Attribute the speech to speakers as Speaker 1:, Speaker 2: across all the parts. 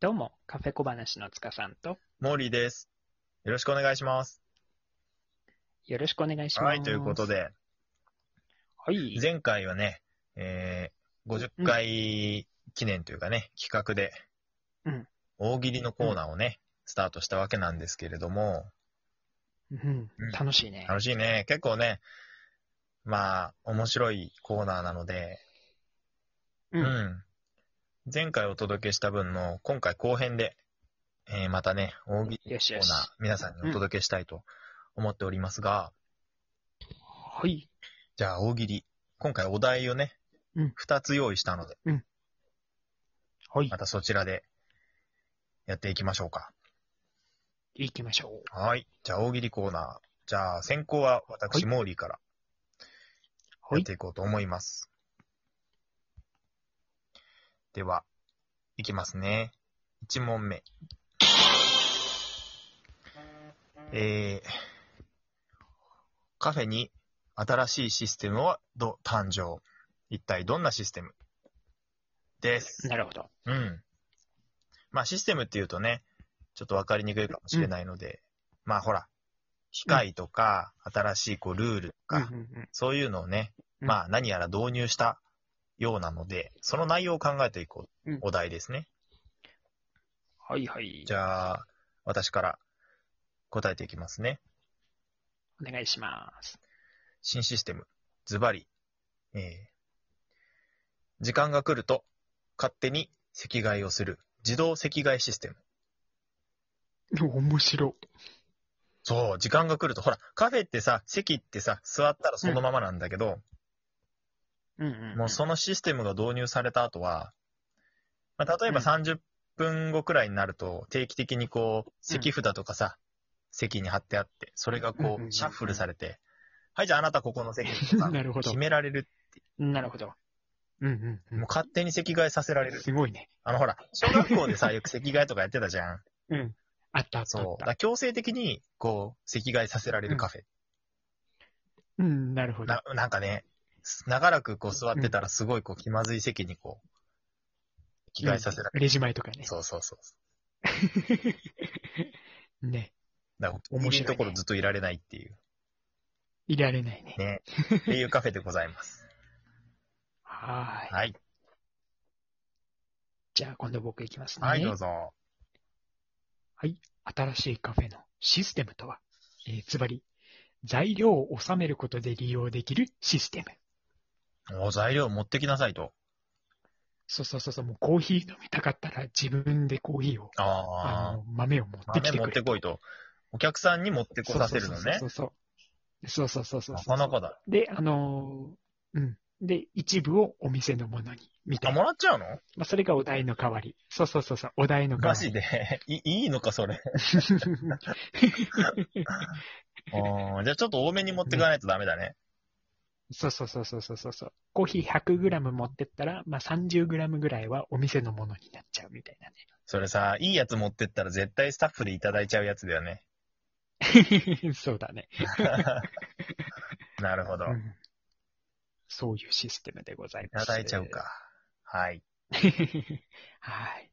Speaker 1: どうも、カフェ小話の塚さんと、
Speaker 2: モーリーです。よろしくお願いします。
Speaker 1: よろしくお願いします。
Speaker 2: はい、ということ。で、
Speaker 1: はい。
Speaker 2: 前回はね、えー、50回記念というかね、企画で
Speaker 1: うん、
Speaker 2: 大喜利のコーナーをね、スタートしたわけなんですけれども、
Speaker 1: うん
Speaker 2: うん、
Speaker 1: 楽しいね。
Speaker 2: 楽しいね。結構ね、まあ、面白いコーナーなので、
Speaker 1: う。
Speaker 2: うんん。前回お届けした分の、今回後編で、えー、またね、大喜利
Speaker 1: よし
Speaker 2: コー
Speaker 1: よ
Speaker 2: ナ
Speaker 1: し。
Speaker 2: ー、皆さんにお届けしたいと思っておりますが、
Speaker 1: はい。
Speaker 2: じゃあ、大喜利。今回お題をね
Speaker 1: うん、
Speaker 2: 二、つ用意したので、
Speaker 1: はい
Speaker 2: ま。たそちらでやっていきましょうか。
Speaker 1: 行きましょう。
Speaker 2: はい。じゃあ、大喜利コーナー。じゃあ、先行は
Speaker 1: は
Speaker 2: 私、
Speaker 1: い
Speaker 2: モーリーから
Speaker 1: は
Speaker 2: やっ
Speaker 1: い。
Speaker 2: ていこうと思います。では、いきますね。1問目。えー、カフェに新しいシステムはど誕生。一体どんなシステムです。
Speaker 1: なるほど。
Speaker 2: うん。まあ、システムっていうとね、ちょっとわかりにくいかもしれないので、まあ、ほら、機械とか、新しいこうルールと
Speaker 1: うん
Speaker 2: か、
Speaker 1: うんうん
Speaker 2: そういうのをね、
Speaker 1: うん
Speaker 2: まあ何やら導入したようなので、その内容を考えていこう、
Speaker 1: うん
Speaker 2: お題ですね。
Speaker 1: はいはい
Speaker 2: じ。ゃあ、私から答えていきますね。
Speaker 1: お願いします。
Speaker 2: 新システム、ズバリ、えー時間が来ると勝手に席替えをする自動席替えシステム。
Speaker 1: 面白。
Speaker 2: そう、時間が来ると、ほら、カフェってさ、席ってさ、座ったらそのままなんだけど、
Speaker 1: うんうん。
Speaker 2: もうそのシステムが導入された後は、まあ、例えば
Speaker 1: うん
Speaker 2: 30分後くらいになると、定期的にこう、席札とかさ、席に貼ってあって、それが
Speaker 1: うんうん
Speaker 2: こ
Speaker 1: うんうん
Speaker 2: う、シャッフルされて、はい、じゃああなたここの席と か、
Speaker 1: なるほど
Speaker 2: 決。められる。
Speaker 1: なるほど。うんうん
Speaker 2: もう勝手に席替えさせら
Speaker 1: う
Speaker 2: れ
Speaker 1: ん。
Speaker 2: る。
Speaker 1: すごいね。
Speaker 2: あのほら、小学校でさ、よく席替えとかやってたじゃん。
Speaker 1: うん。あったあった
Speaker 2: そ
Speaker 1: あ。
Speaker 2: うだ
Speaker 1: っ
Speaker 2: から
Speaker 1: た。
Speaker 2: 強制的に、こう、席替えさせられるカフェ。
Speaker 1: うん、なるほど。
Speaker 2: ななんかね、長らくこう座ってたらすごいこう気まずい席にこう、着替えさせられる。
Speaker 1: うんレジ前とかね。
Speaker 2: そうそうそ う。
Speaker 1: ね。
Speaker 2: だから、お
Speaker 1: 面
Speaker 2: 気
Speaker 1: 白いね
Speaker 2: にのところずっといられないっていう、
Speaker 1: いられないね。
Speaker 2: ね。っていうカフェでございます。
Speaker 1: はーい。
Speaker 2: はい。
Speaker 1: じゃあ今度僕行きますね。
Speaker 2: はい、どうぞ。
Speaker 1: 新しいカフェのシステムとは、えーつまり、材料を収めることで利用できるシステム。
Speaker 2: お材料持ってきなさいと。
Speaker 1: そうそうそうそう、もうコーヒー飲みたかったら自分でコーヒーを、あ
Speaker 2: ああ
Speaker 1: の、豆を持っ、てき
Speaker 2: 豆
Speaker 1: て
Speaker 2: 持
Speaker 1: く
Speaker 2: っ
Speaker 1: れ
Speaker 2: てこいと。お客さんに持ってこさせるのね
Speaker 1: そ。うそうそうそう。そうそうそう
Speaker 2: な
Speaker 1: そう。
Speaker 2: かなかだ。
Speaker 1: で、あのーうん。で、一部をお店のものに、みた
Speaker 2: あ、
Speaker 1: いな。
Speaker 2: もらっちゃうの
Speaker 1: まあ、それがお題の代わり。そうそうそうそう、お題の代わ
Speaker 2: マ
Speaker 1: り。
Speaker 2: ジで いいいのか、それ。あーじゃあちょっと多めに持ってかないとダメだね。
Speaker 1: そうそうそうそうそうそうそう。コーヒー 100g 持ってったら、まあ、30g ぐらいはお店のものになっちゃうみたいなね。
Speaker 2: それさ、いいやつ持ってったら絶対スタッフでいただいちゃうやつだよね。
Speaker 1: そうだね、
Speaker 2: なるほど。
Speaker 1: う
Speaker 2: い
Speaker 1: んそういうシステムでございま
Speaker 2: た
Speaker 1: す。
Speaker 2: だいちゃうか。。はい。
Speaker 1: はい。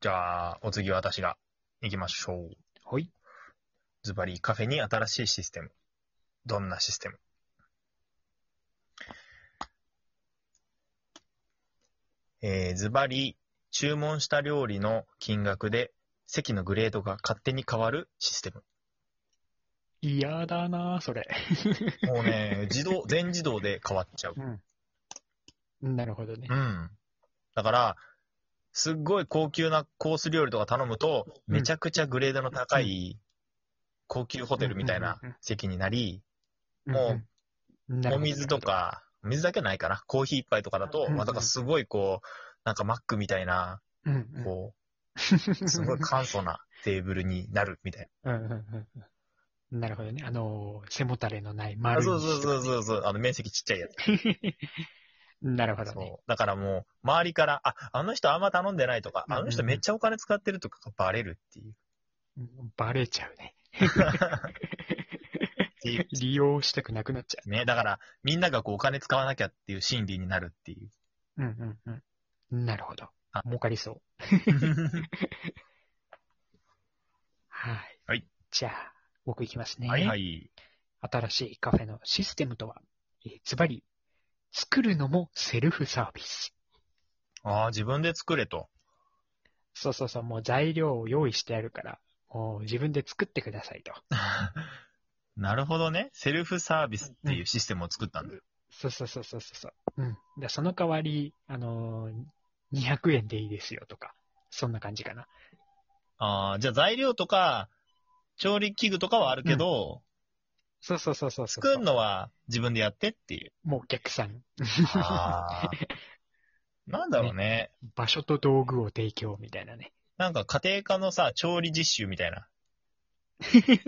Speaker 2: じゃあ、お次は私が行きましょう。
Speaker 1: ほい。
Speaker 2: ズバリカフェに新しいシステム。どんなシステムえー、ズバリ、注文した料理の金額で席のグレードが勝手に変わるシステム。
Speaker 1: 嫌だなそれ。
Speaker 2: もうね、自動、全自動で変わっちゃう。
Speaker 1: うん。なるほどね
Speaker 2: う。ん。だから、すっごい高級なコース料理とか頼むと、
Speaker 1: うん
Speaker 2: めちゃくちゃグレードの高い高級ホテルみたいな席になり、も
Speaker 1: うん、なる
Speaker 2: お
Speaker 1: ほど
Speaker 2: 水と。か、水だけないかな。コーヒー一杯とかだと、
Speaker 1: うん
Speaker 2: まあ、だからすごいこう、なんかマックみたいな、
Speaker 1: なるほどうんう
Speaker 2: こう、
Speaker 1: ん、
Speaker 2: すごい簡素なテーブルになるみたい
Speaker 1: うんうんうんうんなるほどね。あのー背もたれのない
Speaker 2: な。
Speaker 1: 丸い椅
Speaker 2: そう
Speaker 1: 子
Speaker 2: そうそうそうそう、あの面積ちっちゃいやつ。
Speaker 1: なるほどね。
Speaker 2: そう。だからもう、周りから、あ、あの人あんま頼んでないとか、
Speaker 1: うんうん
Speaker 2: あの人めっちゃお金使ってるとかがバレるって いう。
Speaker 1: バレちゃうね。
Speaker 2: っていう
Speaker 1: 利用したくなくなっちゃ
Speaker 2: ね、だから、みんながこうお金使わなきゃっていう心理になるっていう。
Speaker 1: う。うんうんうん。なるほど。
Speaker 2: あ
Speaker 1: 儲かりそう。はい。
Speaker 2: はい
Speaker 1: じゃあ、僕行きます ね。
Speaker 2: はいはい。
Speaker 1: 新しいカフェのシステムとは、えーズバリ、作るのもセルフサービス。
Speaker 2: ああ、自分で作れと。
Speaker 1: そうそうそう、もう材料を用意してあるから、もう自分で作ってくださいと。
Speaker 2: なるほどね。セルフサービスっていうシステムを作ったんだよ。
Speaker 1: そうそうそうそうそう。うん。でその代わり、あのー200円でいいですよとか、そんな感じかな。
Speaker 2: ああ、じゃあ材料とか、調理器具とかはあるけど、
Speaker 1: そうそうそうそうそう。
Speaker 2: 作るのは自分でやってっていう。
Speaker 1: もうお客さん。
Speaker 2: ああ。 なんだろうね。
Speaker 1: 場所と道具を提供みたいなね。
Speaker 2: なんか家庭科のさ、調理実習みたいな。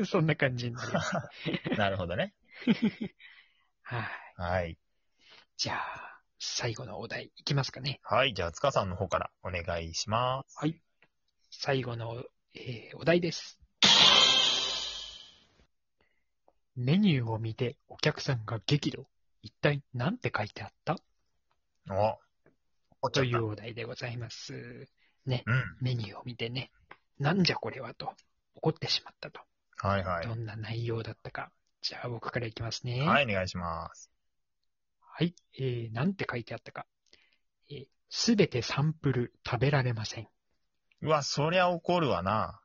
Speaker 1: そんな感じになります。
Speaker 2: なるほどね。
Speaker 1: はい。
Speaker 2: はい。
Speaker 1: じゃあ、最後のお題いきますかね。
Speaker 2: はい。じゃあ、塚さんの方からお願いします。
Speaker 1: はい。最後の、えーお題です。メニューを見てお客さんが激怒。一体何て書いてあった
Speaker 2: おお
Speaker 1: というお題でございます。
Speaker 2: うん。
Speaker 1: メニューを見てね、なんじゃこれはと怒ってしまったと。
Speaker 2: はいは
Speaker 1: ど
Speaker 2: い。
Speaker 1: んな内容だったか。じゃあ僕からいきますね。
Speaker 2: はい、お願いします。
Speaker 1: はい。えー、なんて書いてあったか。す、べ、てサンプル食べられません。
Speaker 2: うわ、そりゃ怒るわな。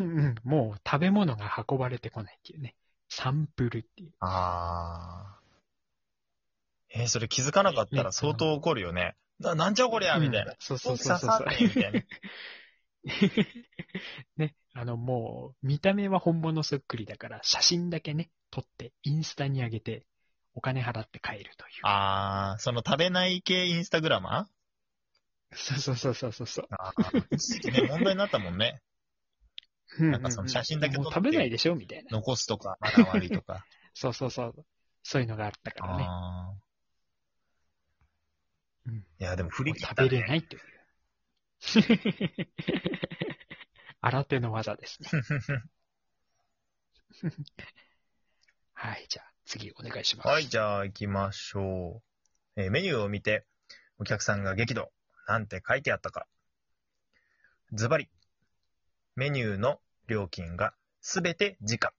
Speaker 1: うんもう食べ物が運ばれてこないっていうね。サンプルっていう。
Speaker 2: あー。えーそれ気づかなかったら相当怒るよね。な、なんじゃこりゃみたいな
Speaker 1: うん。そうそ
Speaker 2: 刺
Speaker 1: うそうそう
Speaker 2: さ
Speaker 1: そう
Speaker 2: っ。てみたいな。
Speaker 1: ね。 あのもう、見た目は本物そっくりだから、写真だけね、撮って、インスタに上げて、お金払って帰るという。
Speaker 2: あー、その食べない系インスタグラマ
Speaker 1: そうそうそうそうそうそう。
Speaker 2: ーあー。一時期ね、問題になったもんね。なんかその写真だけ撮
Speaker 1: も
Speaker 2: って
Speaker 1: う食べないでしょみたいな。
Speaker 2: 残すとか、まだ悪いとか。
Speaker 1: そうそうそう。 そういうのがあったからね。
Speaker 2: あ
Speaker 1: う
Speaker 2: ー
Speaker 1: ん
Speaker 2: いや、でも振り切った
Speaker 1: 食べれ
Speaker 2: ね。
Speaker 1: ないという。新手の技 ですね。はい、じゃあ次お願いします。
Speaker 2: はい、じゃあ行きましょう。えーメニューを見て、お客さんが激怒。なんて書いてあったか。ズバリ。メニューの料金がすべて時価。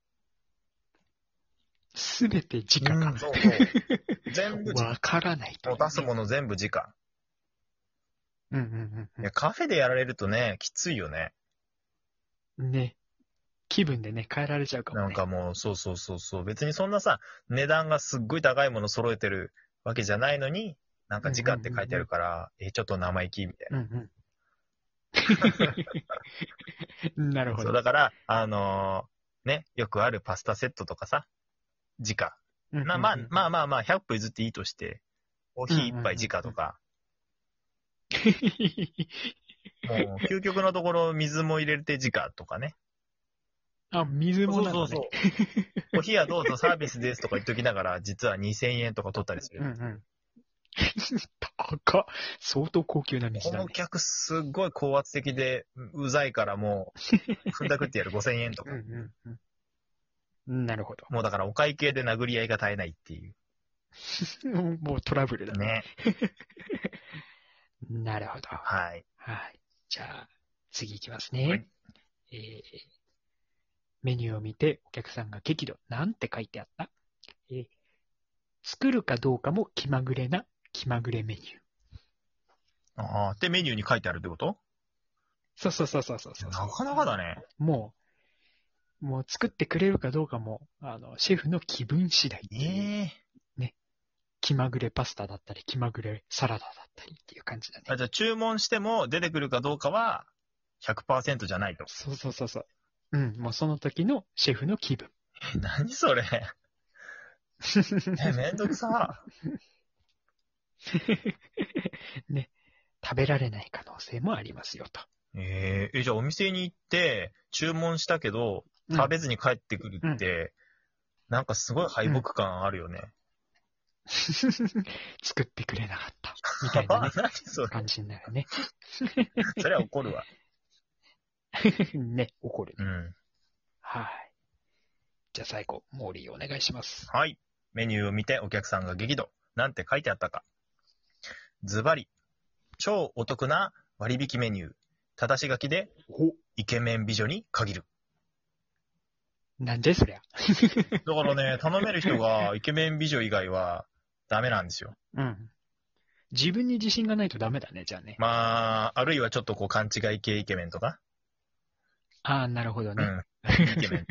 Speaker 1: すべて時価
Speaker 2: うん
Speaker 1: か。
Speaker 2: そ うそう。全部時
Speaker 1: わからないとい
Speaker 2: 価。
Speaker 1: う。
Speaker 2: 出すもの全部時価。
Speaker 1: うんうん
Speaker 2: いや、カフェでやられるとね、きついよね。
Speaker 1: うんうん。ね。気分でね、変えられちゃうかも、ね。
Speaker 2: なんかもう、そうそうそうそう。別にそんなさ、値段がすっごい高いもの揃えてるわけじゃないのに、なんか時価って書いてあるから、え、ちょっと生意気みたい
Speaker 1: うんうん。なる
Speaker 2: な。
Speaker 1: ほ
Speaker 2: そう、
Speaker 1: ど。
Speaker 2: だから、あのーね、よくあるパスタセットとかさ、時価。まあまあ、まあまあまあ、100歩譲っていいとして、コーヒー一杯時価とか、もう、究極のところ水も入れて時価とかね。
Speaker 1: あ。あ、水も
Speaker 2: そう
Speaker 1: な
Speaker 2: そ
Speaker 1: の
Speaker 2: う
Speaker 1: ね。
Speaker 2: そう。お冷やどうぞサービスですとか言っときながら、実は2000円とか取ったりする。
Speaker 1: うんうん。高っ。相当高級な水
Speaker 2: こ
Speaker 1: だ
Speaker 2: の
Speaker 1: ね。
Speaker 2: 客すっごい高圧的で、うざいからもう、ふんだくってやる5000円と
Speaker 1: う
Speaker 2: か
Speaker 1: ん。うんうん。なるほど。
Speaker 2: もうだからお会計で殴り合いが絶えないっていう。
Speaker 1: もうトラブルだね。
Speaker 2: ね。
Speaker 1: なるほど。
Speaker 2: はい。
Speaker 1: はい。じゃあ、次行きます
Speaker 2: は
Speaker 1: ね
Speaker 2: い。
Speaker 1: えーメニューを見てお客さんが激怒。なんて書いてあったえー作るかどうかも気まぐれな気まぐれメニュー。
Speaker 2: ああ、でメニューに書いてあるってこと
Speaker 1: そうそうそうそうそうそう。
Speaker 2: なかなかだね。
Speaker 1: もう、もう作ってくれるかどうかも、あの、シェフの気分次第っていう。
Speaker 2: ええ
Speaker 1: 気まぐれパスタだったり、気まぐれサラダだったりっていう感じだ
Speaker 2: あ
Speaker 1: ね。
Speaker 2: じゃあ注文しても出てくるかどうかは100%じゃないと。
Speaker 1: そうそうそうそう。うん、もうその時のシェフの気分。
Speaker 2: え何それ。 えめんどくさ。
Speaker 1: ね、食べられない可能性もありますよと。
Speaker 2: えええ、じゃあお店に行って注文したけど、食べずに帰ってくるって、なんかすごい敗北感あるよね。
Speaker 1: 作ってくれなかった。みたい
Speaker 2: 、
Speaker 1: な、ね
Speaker 2: 何それ。
Speaker 1: 感じになるね。
Speaker 2: それは怒るわ。
Speaker 1: ね、怒るね。
Speaker 2: うん。
Speaker 1: はい。じゃあ最後、モーリーお願いします。
Speaker 2: はい。メニューを見てお客さんが激怒。なんて書いてあったか。ズバリ。超お得な割引メニュー、ただし書きで
Speaker 1: お、
Speaker 2: イケメン美女に限る。
Speaker 1: なんじゃいそりゃ。
Speaker 2: だからね、頼める人がイケメン美女以外はダメなんですよ。
Speaker 1: うん。自分に自信がないとダメだね、じゃあね。
Speaker 2: まあ、あるいはちょっとこう勘違い系イケメンとか。
Speaker 1: ああ、なるほど
Speaker 2: う
Speaker 1: ね。
Speaker 2: ん。イケメン。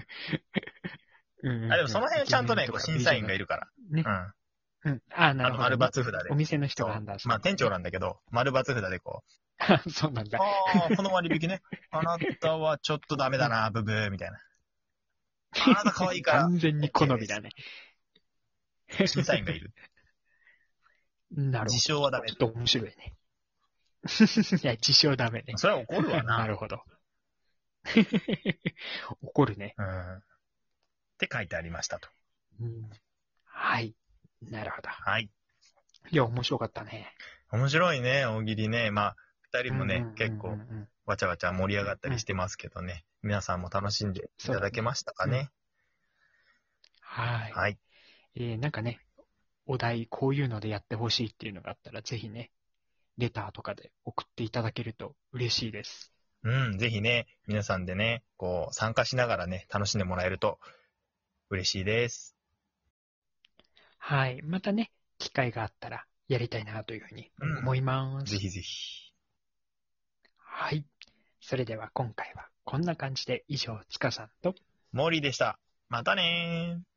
Speaker 1: うん
Speaker 2: あ、でもその辺ちゃんとね、こう審査員が
Speaker 1: る。
Speaker 2: いるから。
Speaker 1: ね
Speaker 2: うん。。あ
Speaker 1: うん。ああ、なる
Speaker 2: の、
Speaker 1: ほど
Speaker 2: 丸
Speaker 1: ね。
Speaker 2: 抜札で
Speaker 1: お。店の人
Speaker 2: そう
Speaker 1: が判断する。
Speaker 2: まあ店長なんだけど、丸抜札でこ
Speaker 1: あ そうなん
Speaker 2: う、
Speaker 1: だ。
Speaker 2: ああ、この割引ね。あなたはちょっとダメだな、ブブー、みたいな。あなた可愛いか
Speaker 1: 完全に好みだね。
Speaker 2: ら、審査員がいる。
Speaker 1: なる
Speaker 2: 自
Speaker 1: ほ
Speaker 2: 称はダメ
Speaker 1: ど。ちょっ。と面白いね。いや、自称ダメね。
Speaker 2: それは怒るわ
Speaker 1: な
Speaker 2: な。
Speaker 1: るほど。 怒るね。
Speaker 2: うん。って書いてありましたと。
Speaker 1: うんはい。なるほど。
Speaker 2: はい。
Speaker 1: いや、面白かったね。
Speaker 2: 面白いね、大喜利ね。まあ、二人もね、
Speaker 1: うんうんうんうん
Speaker 2: 結構、わちゃわちゃ盛り上がったりしてますけどね。皆さんも楽しんでいただけましたかね。
Speaker 1: はい。
Speaker 2: はい。
Speaker 1: えーなんかね、お題、こういうのでやってほしいっていうのがあったら、ぜひね、レターとかで送っていただけると嬉しいです。
Speaker 2: うん、ぜひね、皆さんでね、こう、参加しながらね、楽しんでもらえると嬉しいです。
Speaker 1: はい。またね、機会があったらやりたいなというふうに思います。
Speaker 2: ぜひぜひ。
Speaker 1: はい。それでは今回はこんな感じで以上、つかさんと
Speaker 2: モーリーでした。またねー。